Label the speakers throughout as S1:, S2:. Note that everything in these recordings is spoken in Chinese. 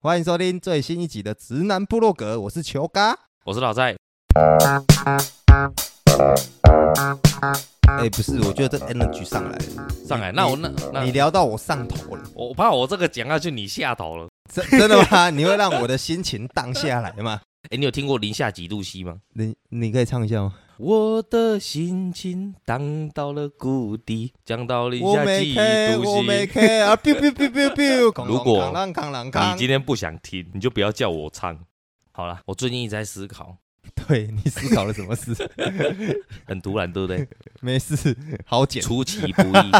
S1: 欢迎收听最新一集的《直男部落格》，我是球哥。
S2: 我是老蔡，
S1: 哎、不是，我觉得这 energy 上来了，
S2: 上来，那我那那
S1: 你聊到我上头了，
S2: 我我怕我这个讲下去你下头了。
S1: 真 真的吗？你会让我的心情荡下来吗？
S2: 哎，你有听过零下几度 C 吗？
S1: 你你可以唱一下吗？
S2: 我的心情荡到了谷底，降到零
S1: 我
S2: 下
S1: 没
S2: 几
S1: K，
S2: 度
S1: 我没
S2: C。
S1: K 啊！biu biu biu biu biu。
S2: 如果
S1: 扛浪扛浪
S2: 你
S1: 扛，
S2: 今天不想听，你就不要叫我唱。好了，我最近一直在思考，
S1: 对你思考了什么事？
S2: 很突然，对 不对？
S1: 没事，好简。
S2: 出其不 意，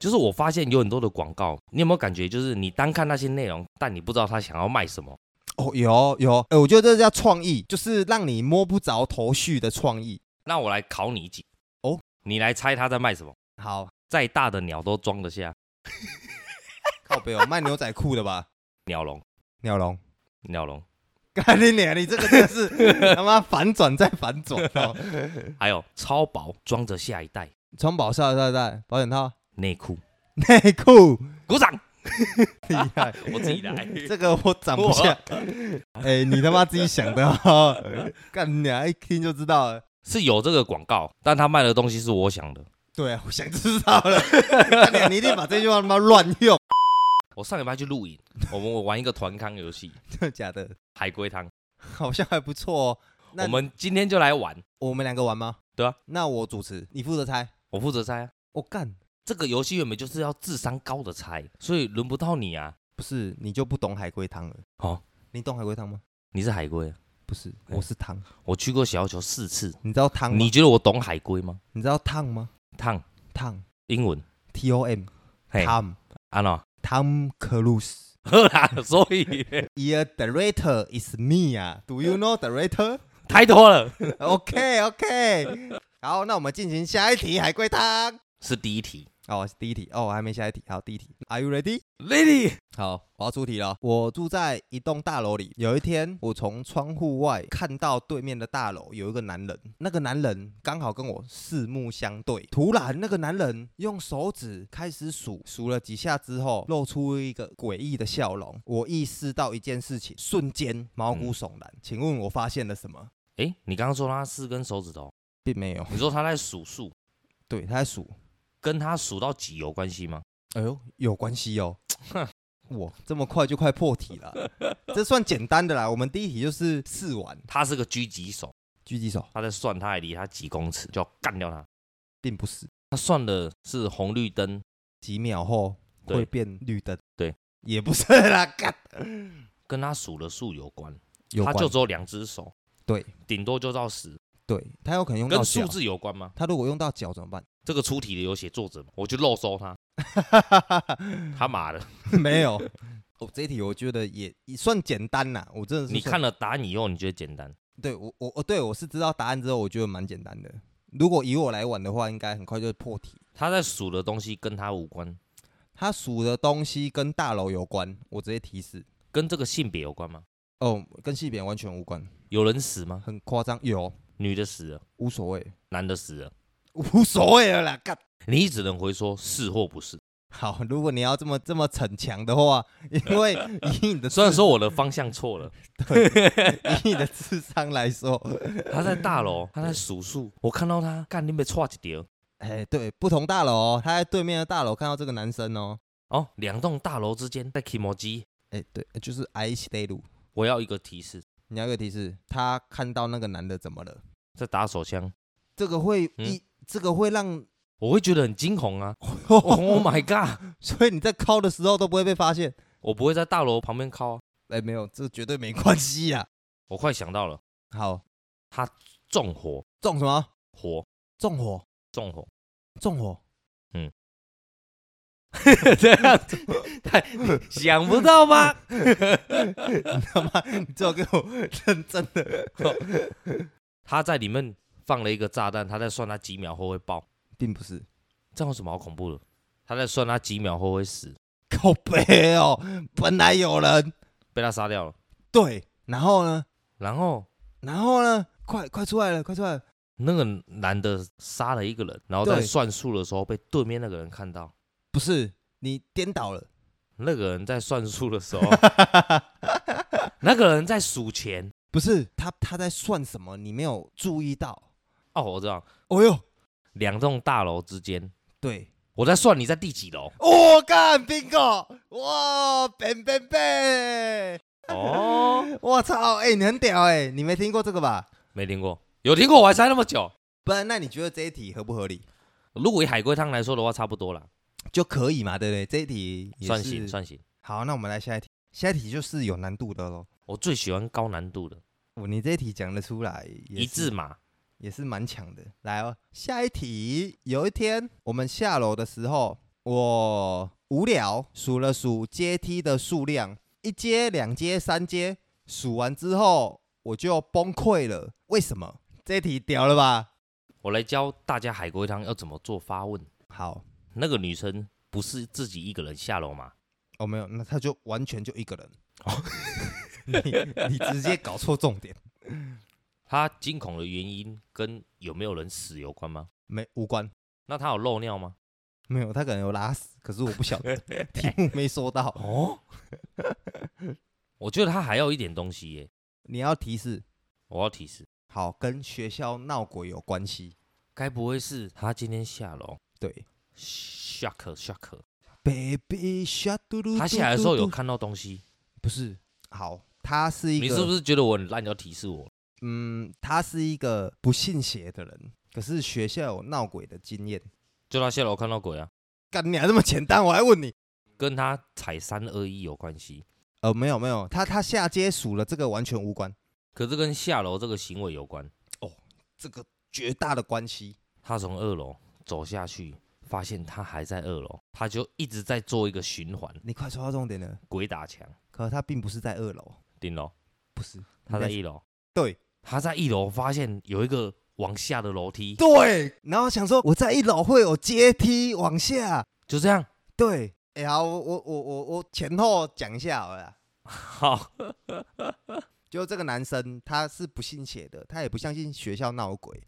S2: 就是我发现有很多的广告，你有没有感觉，就是你单看那些内容，但你不知道他想要卖什么？
S1: 哦，有有，哎、我觉得这叫创意，就是让你摸不着头绪的创意。
S2: 那我来考你一题
S1: 哦，
S2: 你来猜他在卖什么？
S1: 好，
S2: 再大的鸟都装得下，
S1: 靠北哦，卖牛仔裤的吧？
S2: 鸟笼，
S1: 鸟笼，
S2: 鸟笼。
S1: 干你娘！你这个真的 是他妈反转再反转哦。
S2: 还有超薄装着下一代
S1: 穿保校的带带保险套、
S2: 内裤。
S1: 内裤，
S2: 鼓掌，
S1: 厉害！
S2: 我自己来。
S1: 这个我长不下。 哎、你他妈自己想的哦， 干你啊！一听就知道了。
S2: 是有这个广告，但他卖的东西是我想的。
S1: 对啊，我想知道 了。干你、啊，你一定把这句话他妈乱用，
S2: 我上礼拜去露营，我们玩一个团康游戏，
S1: 真的假的？
S2: 海龟汤。
S1: 好像还不错哦。那
S2: 我们今天就来玩，
S1: 我们两个玩吗？
S2: 对啊。
S1: 那我主持，你负责猜。
S2: 我负责猜、啊。
S1: 我、干，
S2: 这个游戏原本就是要智商高的猜，所以轮不到你啊！
S1: 不是你就不懂海龟汤了。
S2: 好，
S1: 你懂海龟汤吗？
S2: 你是海龟啊，
S1: 不是，
S2: 哎
S1: 我是汤。你
S2: 我去过小琉球四次。
S1: 知道汤吗？
S2: 你
S1: 你
S2: 觉得我懂海龟吗？
S1: 你知道烫吗？
S2: 烫
S1: 烫
S2: 英文，
S1: T O M
S2: 嘿，
S1: Tom
S2: 安诺，
S1: Tom Cruise。
S2: 呵啦， 所以
S1: Your director is me 啊，Do you know director?
S2: 太多了，
S1: OK OK，好，那我们进行下一题海龟汤。
S2: 是第一题
S1: 哦，是第一题哦，我还没下一题。好，第一题，Are you ready？
S2: ，Lady，
S1: 好，我要出题了。我住在一栋大楼里，有一天我从窗户外看到对面的大楼有一个男人，那个男人刚好跟我四目相对。突然，那个男人用手指开始数，数了几下之后，露出一个诡异的笑容。我意识到一件事情，瞬间毛骨悚然。请问我发现了什么？
S2: 哎，你刚刚说他四根手指头，
S1: 并没有。
S2: 你说他在数数，
S1: 对，他在数。
S2: 跟他数到几有关系吗？
S1: 哎呦，有关系哦。哇，这么快就快破题了，这算简单的啦。我们第一题就是试玩
S2: 他是个狙击手，
S1: 狙击手。
S2: 他在算他还离他几公尺就要干掉他。
S1: 并不是
S2: 他算的是红绿灯，
S1: 几秒后会
S2: 对
S1: 变绿灯。
S2: 对，
S1: 也不是啦，干
S2: 跟他数的数有关。
S1: 有
S2: 他
S1: 关
S2: 就只有两只手，
S1: 对，
S2: 顶多就到十。
S1: 对，他有可能用到
S2: 跟数
S1: 脚。
S2: 字有关吗？
S1: 他如果用到脚怎么 办？
S2: 这个出题的有写作者吗，我就漏收他。 他妈的，
S1: 没有。哦，这一题我觉得也也算简单啦。我真的是
S2: 你
S1: 算
S2: 看了答案以后，你觉得简单？
S1: 对我我我对我是知道答案之后，我觉得蛮简单的。如果以我来玩的话，应该很快就会破题。
S2: 他在数的东西跟他无关，
S1: 他数的东西跟大楼有关，我直接提示
S2: 跟这个性别有关吗？
S1: 哦，跟性别完全无关，
S2: 有人死吗？
S1: 很夸张，有
S2: 女的死了，
S1: 无所谓，
S2: 男的死了，
S1: 无所谓了啦，干。
S2: 你只能回说是或不是。
S1: 好，如果你要这么这么逞强的话， 因为以你的
S2: 虽然
S1: 智
S2: 说我的方向错了，
S1: 以你的智商来说，
S2: 他在大楼，他在数数，我看到他干你被踹一条。
S1: 哎，对，不同大楼哦、他在对面的大楼看到这个男生哦，
S2: 哦，两栋大楼之间在 k i m o j i
S1: 哎，对，就是 I stay 路。
S2: 我要一个提示，
S1: 你要一个提示，他看到那个男的怎么了？
S2: 在打手枪，
S1: 这个会
S2: 嗯
S1: 一、这个会让，
S2: 我会觉得很惊恐啊 ！Oh my god！
S1: 所以你在敲的时候都不会被发现。
S2: 我不会在大楼旁边靠啊！
S1: 哎，没有，这绝对没关系呀、
S2: 我快想到了，
S1: 好，
S2: 纵火，
S1: 中什么？
S2: 火，
S1: 纵火，
S2: 纵火，
S1: 纵火。
S2: 这样子，太想不到吧？
S1: 你他妈，你最好给我认 真的，
S2: 他在里面放了一个炸弹，他在算他几秒后会爆，
S1: 并不是。
S2: 这样有什么好恐怖的？他在算他几秒后会死，
S1: 靠背哦，本来有人
S2: 被他杀掉了。
S1: 对，然后呢，
S2: 然后
S1: 然后呢，快快出来了，快出来了，
S2: 那个男的杀了一个人，然后在
S1: 对
S2: 算数的时候被对面那个人看到，
S1: 不是你颠倒了，
S2: 那个人在算数的时 候，那个人在数钱。
S1: 不是他他在算什么？你没有注意到？
S2: 哦，我知道，
S1: 哦哟，
S2: 两栋大楼之间，
S1: 对，
S2: 我在算你在第几楼。
S1: 我干 bingo，哇，bang bang bang，
S2: 哦，
S1: 我操，哎、你很屌哎、你没听过这个吧？
S2: 没听过，有听过我还猜那么久。
S1: 不然，那你觉得这一题合不合理？
S2: 如果以海龟汤来说的话，差不多啦，
S1: 就可以嘛，对不对？这一题也
S2: 算
S1: 是
S2: 行算行。
S1: 好，那我们来下一题，下一题就是有难度的喽。
S2: 我最喜欢高难度的
S1: 哦，你这一题讲得出来，也
S2: 一字
S1: 是
S2: 马。
S1: 也是蛮强的。来哦，下一题。有一天我们下楼的时候，我无聊数了数阶梯的数量，一阶、两阶、三阶，数完之后我就崩溃了。为什么？这一题屌了吧？
S2: 我来教大家海龟汤要怎么做发问。
S1: 好，
S2: 那个女生不是自己一个人下楼嘛？
S1: 哦没有，那他就完全就一个人。你你直接搞错重点，
S2: 她惊恐的原因跟有没有人死有关吗？
S1: 没无关。
S2: 那她有漏尿吗？
S1: 没有，他可能有拉屎，可是我不晓得，题目没说到。
S2: 哦， 我觉得她还要一点东西耶。
S1: 你要提示，
S2: 我要提示，
S1: 好，跟学校闹鬼有关系。
S2: 该不会是她今天下楼
S1: 对
S2: ，shock shock，
S1: ，Baby Shark，嘟嘟
S2: 她下来的时候有看到东西。
S1: 不是？好，他是一
S2: 你
S1: 个，
S2: 是不是觉得我很烂？你要提示我？
S1: 嗯，他是一个不信邪的人，可是学校有闹鬼的经验。
S2: 就她下楼看到鬼啊，
S1: 干你还这么简单，我还问你？
S2: 跟她踩三二一有关系，
S1: 呃，没有没有，他他下街数了，这个完全无关，
S2: 可是跟下楼这个行为有关。
S1: 这个绝大的关系。
S2: 他从二楼走下去，发现他还在二楼，他就一直在做一个循环，
S1: 你快说到重点了，
S2: 鬼打墙，
S1: 可他并不是在二楼，
S2: 顶楼，
S1: 不是
S2: 他在
S1: 应
S2: 一
S1: 该
S2: 楼，
S1: 是对
S2: 他在一楼发现有一个往下的楼梯，
S1: 对，然后想说我在一楼会有阶梯往下，
S2: 就这样，
S1: 对，哎、好，我我我我我前后讲一下好了啦。
S2: 好，
S1: 就这个男生他是不信邪的，他也不相信学校闹鬼，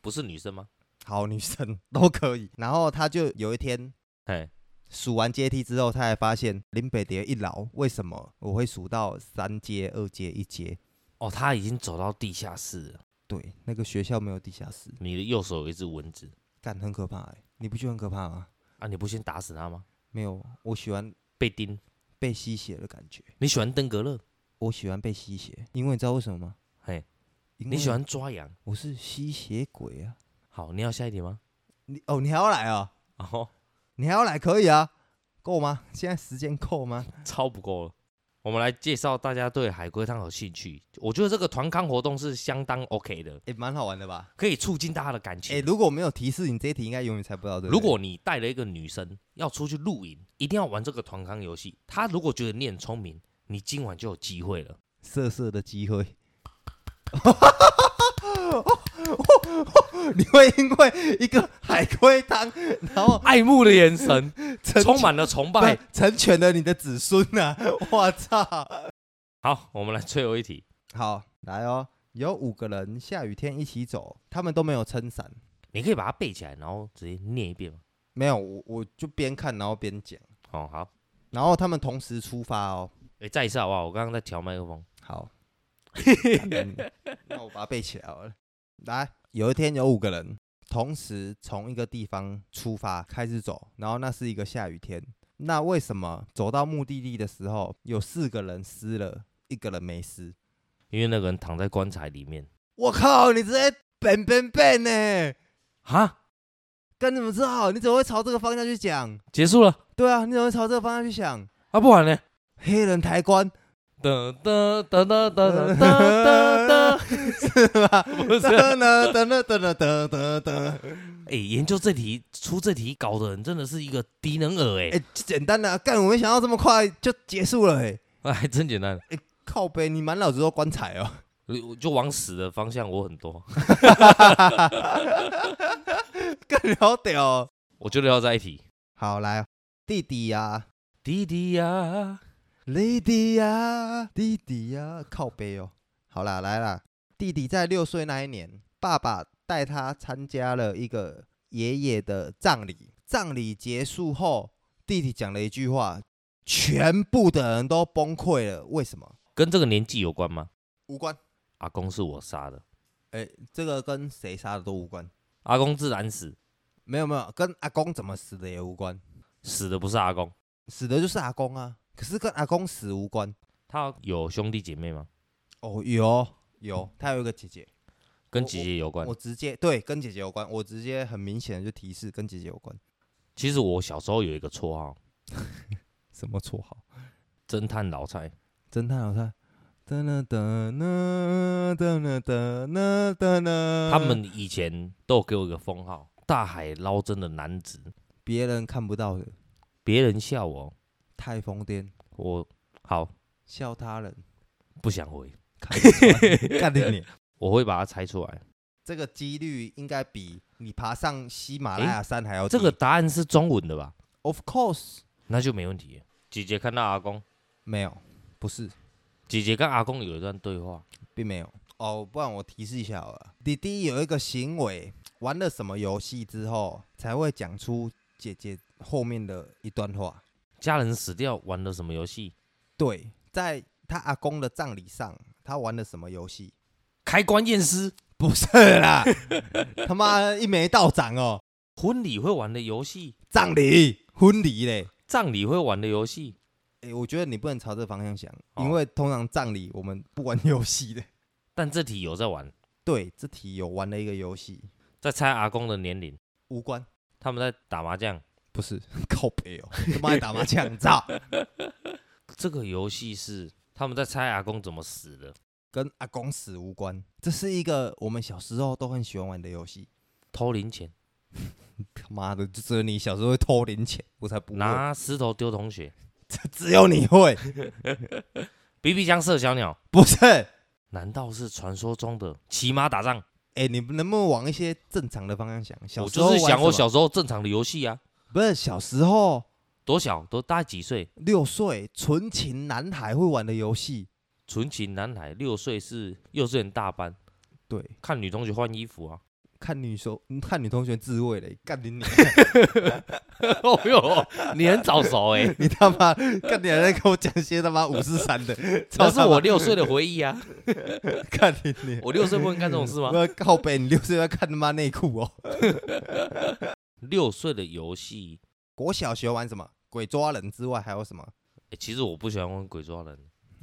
S2: 不是女生吗？
S1: 好女 生都可以。然后他就有一天
S2: 哎，
S1: 数完阶梯之后，他才发现林北蝶一老，为什么我会数到三阶、二阶、一阶？
S2: 哦，他已经走到地下室了，
S1: 对，那个学校没有地下室，
S2: 你的右手有一只蚊子
S1: 干很可怕哎、你不觉得很可怕吗？
S2: 啊，你不先打死它吗？
S1: 没有，我喜欢
S2: 被叮，
S1: 被吸血的感觉，
S2: 你喜欢登革热，
S1: 我喜欢被吸血，因为你知道为什么吗？
S2: 嘿，
S1: 因
S2: 你
S1: 为
S2: 喜欢抓痒，
S1: 我是吸血鬼啊！
S2: 好，你要下一题吗？
S1: 你哦，你还要来啊？
S2: 哦，
S1: 你还要来可以啊？够吗？现在时间够吗？
S2: 超不够了。我们来介绍大家对海龟汤有兴趣，我觉得这个团康活动是相当 OK 的，
S1: 也蛮好玩的吧？
S2: 可以促进大家的感
S1: 哎、
S2: 情。
S1: 如果没有提示，你这一题应该永远猜不到对不对
S2: 如果你带了一个女生要出去露营，一定要玩这个团康游戏。她如果觉得你很聪明，你今晚就有机会了。
S1: 色色的机会， 你会因为一个海龟汤，然后
S2: 爱慕的眼神，
S1: 成
S2: 充满了崇拜
S1: 不。成全了你的子孙呐、啊！我操！
S2: 好，我们来最后一题。
S1: 好，来哦，有五个人下雨天一起走，他们都没有撑伞。
S2: 你可以把它背起来，然后直接念一遍吗？
S1: 没有，我我就边看然后边讲，
S2: 哦，好。
S1: 然后他们同时出发哦。
S2: 哎，再一次好不好？我刚刚在调麦克风。
S1: 好，干你那我把它背起来好了。来，有一天有五个人同时从一个地方出发开始走，然后那是一个下雨天。那为什么走到目的地的时候，有四个人湿了，一个人没湿？
S2: 因为那个人躺在棺材里面。
S1: 我靠，你直接本本本呢？
S2: 哈，
S1: 跟你们知道，你怎么会朝这个方向去讲？
S2: 结束了
S1: 对啊，你怎么会朝这个方向去想？
S2: 啊？不玩了。
S1: 黑人抬棺
S2: 噔噔噔噔噔噔噔噔，
S1: 是吧？
S2: 不是
S1: 噔噔噔噔噔噔噔。
S2: 哎、研究这题出这题搞的人真的是一个低能儿哎、
S1: 哎、就简单的、啊，干，我没想到这么快就结束了、哎，
S2: 那 还真简单，
S1: 靠背，你满脑子都棺材哦。
S2: 我就往死的方向我很多，
S1: 干，你好屌、哦。
S2: 我觉得要再一题。
S1: 好，来哦，弟弟呀、
S2: 弟弟呀、
S1: 弟弟呀、弟弟呀、靠背哦。好啦，来啦，弟弟在六岁那一年，爸爸带他参加了一个爷爷的葬礼。葬礼结束后，弟弟讲了一句话，全部的人都崩溃了。为什么？
S2: 跟这个年纪有关吗？
S1: 无关，
S2: 阿公是我杀的，
S1: 哎，这个跟谁杀的都无关。
S2: 阿公自然死，
S1: 没有没有，跟阿公怎么死的也无关，
S2: 死的不是阿公。
S1: 死的就是阿公啊。可是跟阿公死无关。
S2: 他有兄弟姐妹吗？
S1: 哦，有有，他有一个姐姐，
S2: 跟
S1: 我
S2: 姐姐有关
S1: 我。直接对跟姐姐有关，我直接很明显的就提示跟姐姐有关。
S2: 其实我小时候有一个绰号，
S1: 什么绰号？
S2: 侦探老蔡。
S1: 侦探老蔡。噔噔噔噔噔噔噔噔噔，
S2: 他们以前都有给我一个封号“大海捞针的男子
S1: 别人看不到的，”，
S2: 别人笑我，
S1: 太疯癫，
S2: 我好
S1: 笑他 人，
S2: 不想回，
S1: 看不出来干定你。
S2: 我会把它猜出来。
S1: 这个几率应该比你爬上喜马拉雅山还要低。
S2: 这个答案是中文的吧？
S1: of course
S2: 那就没问题。姐姐看到阿公，
S1: 没有，不是，
S2: 姐姐跟阿公有一段对话，
S1: 并没有。哦，不然我提示一下好了。弟弟有一个行为，玩了什么游戏之后才会讲出姐姐后面的一段话。
S2: 家人死掉玩的什么游戏？
S1: 对，在他阿公的葬礼上，他玩了什么游戏？
S2: 开棺验尸，
S1: 不是啦， 他妈一眉道长哦，
S2: 婚礼会玩的游戏，
S1: 葬礼、婚礼嘞。
S2: 葬礼会玩的游戏。
S1: 诶，我觉得你不能朝这方向想，
S2: 哦
S1: 因为通常葬礼我们不玩游戏的。
S2: 但这题有在玩，
S1: 对，这题有玩的一个游戏，
S2: 在猜阿公的年龄，
S1: 无关，
S2: 他们在打麻将。
S1: 不是 靠北哦，他妈在打麻 将，操，
S2: 这个游戏是他们在猜阿公怎么死的，
S1: 跟阿公死无关。这是一个我们小时候都很喜欢玩的游戏。
S2: 偷零钱。
S1: 他妈的，就只有你小时候会偷零钱，我才不会，
S2: 拿石头丢同学，
S1: 只有你会，
S2: 比比枪射小鸟，
S1: 不是？
S2: 难道是传说中的骑马打仗？
S1: 哎，你能不能往一些正常的方向想？小
S2: 我
S1: 时候
S2: 就是
S1: 玩
S2: 想我
S1: 什么
S2: 小时候正常的游戏啊，
S1: 不是小时候
S2: 多小都大概几岁？
S1: 六岁纯情男孩会玩的游戏，
S2: 纯情男孩六岁是幼稚园大班，
S1: 对。
S2: 看女同学换衣服 啊。
S1: 看女生，看女同学自慰嘞，干你你，
S2: 哦哟，你很早熟哎、
S1: 你他妈，干你还在跟我讲些他妈五四三的，
S2: 那
S1: 操
S2: 是
S1: 他妈
S2: 我六岁的回忆啊！
S1: 干你你，
S2: 我六岁不能干这种事吗？
S1: 我靠北，你六岁要看他妈内裤哦。
S2: 六岁的游戏、
S1: 国小学玩什么？鬼抓人之外还有什么？
S2: 欸其实我不喜欢玩鬼抓人，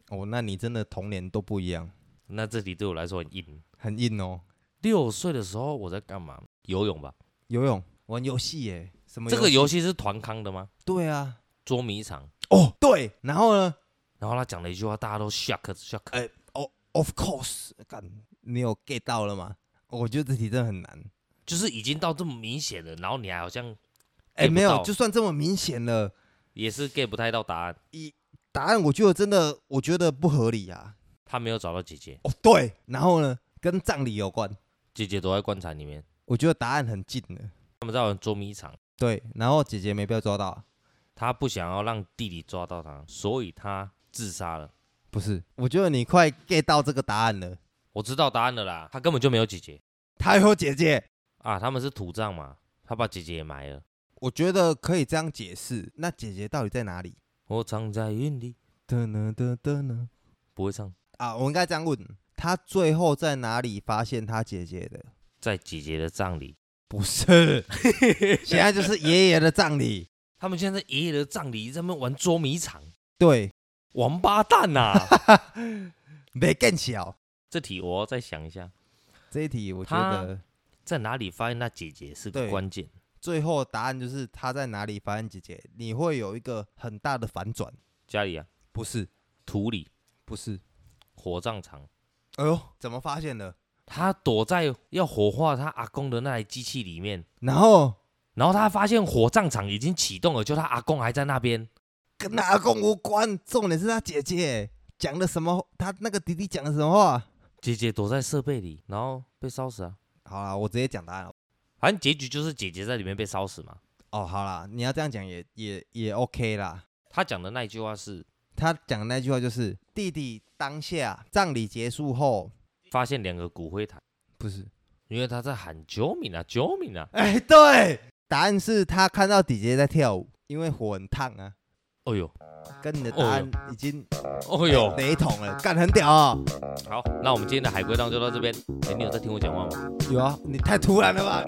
S1: 哦，那你真的童年都不一样，
S2: 那这题对我来说很硬。
S1: 很硬哦。
S2: 六岁的时候我在干嘛？游泳吧。
S1: 游泳，玩游戏耶，什么？
S2: 这个游，戏是团康的吗？
S1: 对啊，
S2: 捉迷藏。
S1: 哦对，然后呢？
S2: 然后他讲了一句话，大家都 shock shock。
S1: 哎 Of course，干，你有 get 到了吗？哦我觉得这题真的很难。
S2: 就是已经到这么明显了，然后你还好像
S1: 哎，
S2: get 不
S1: 没有，
S2: 到
S1: 就算这么明显了。
S2: 也是 get 不太到答案。
S1: 答案我觉得真的，我觉得不合理啊。
S2: 他没有找到姐姐，
S1: 哦，对，然后呢，跟葬礼有关，
S2: 姐姐躲在棺材里面，
S1: 我觉得答案很近的。
S2: 他们在玩捉迷藏。
S1: 对，然后姐姐没被抓到啊，
S2: 他不想要让弟弟抓到他，所以他自杀了。
S1: 不是？我觉得你快 get 到这个答案了。
S2: 我知道答案了啦，他根本就没有姐姐
S1: 他有姐姐，
S2: 啊，他们是土葬嘛，他把姐姐也埋了。
S1: 我觉得可以这样解释。那姐姐到底在哪里？
S2: 我藏在云里，
S1: 噔噔噔噔噔
S2: 不会唱，
S1: 啊！我应该这样问：他最后在哪里发现他姐姐的？
S2: 在姐姐的葬礼。
S1: 不是， 现在就是爷爷的葬礼。
S2: 他们现在在爷爷的葬礼在那边玩捉迷藏，
S1: 对，
S2: 王八蛋呐、
S1: 没更小。
S2: 这题我要再想一下，
S1: 这一题我觉
S2: 他
S1: 得
S2: 在哪里发现他姐姐是个
S1: 对
S2: 关键。
S1: 最后答案就是他在哪里发现姐姐，你会有一个很大的反转。
S2: 家里啊，
S1: 不是，
S2: 土里
S1: 不是。
S2: 火葬场，
S1: 哎呦，怎么发现的？
S2: 他躲在要火化他阿公的那台机器里面，
S1: 然后
S2: 然后他发现火葬场已经启动了，就他阿公还在那边。
S1: 跟他阿公无关，重点是他姐姐讲的什么，他那个弟弟讲的什么话。
S2: 姐姐躲在设备里，然后被烧死啊！
S1: 好啦，我直接讲答案了。
S2: 反正结局就是姐姐在里面被烧死嘛。
S1: 哦，好啦，你要这样讲也也也 OK 啦。
S2: 他讲的那一句话是：
S1: 他讲的那句话就是弟弟当下葬礼结束后，
S2: 发现两个骨灰坛，
S1: 不是，
S2: 因为他在喊救命啊，救命啊！
S1: 哎，对，答案是他看到姐姐在跳舞，因为火很烫啊。
S2: 哦呦，
S1: 跟你的答案已经
S2: 哦呦，
S1: 雷同了，干很屌啊、
S2: 好，那我们今天的海龟汤就到这边。哎，你有在听我讲话吗？
S1: 有啊，你太突然了吧？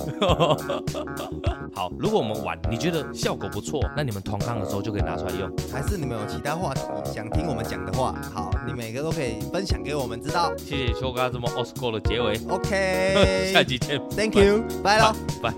S2: 好，如果我们玩你觉得效果不错，那你们同康的时候就可以拿出来用。
S1: 还是你们有其他话题想听我们讲的话？好，你每个都可以分享给我们知道。
S2: 谢谢秋哥这么 Oscar 的结尾，
S1: OK，
S2: 下期见，
S1: ，Thank you，拜喽。
S2: 拜。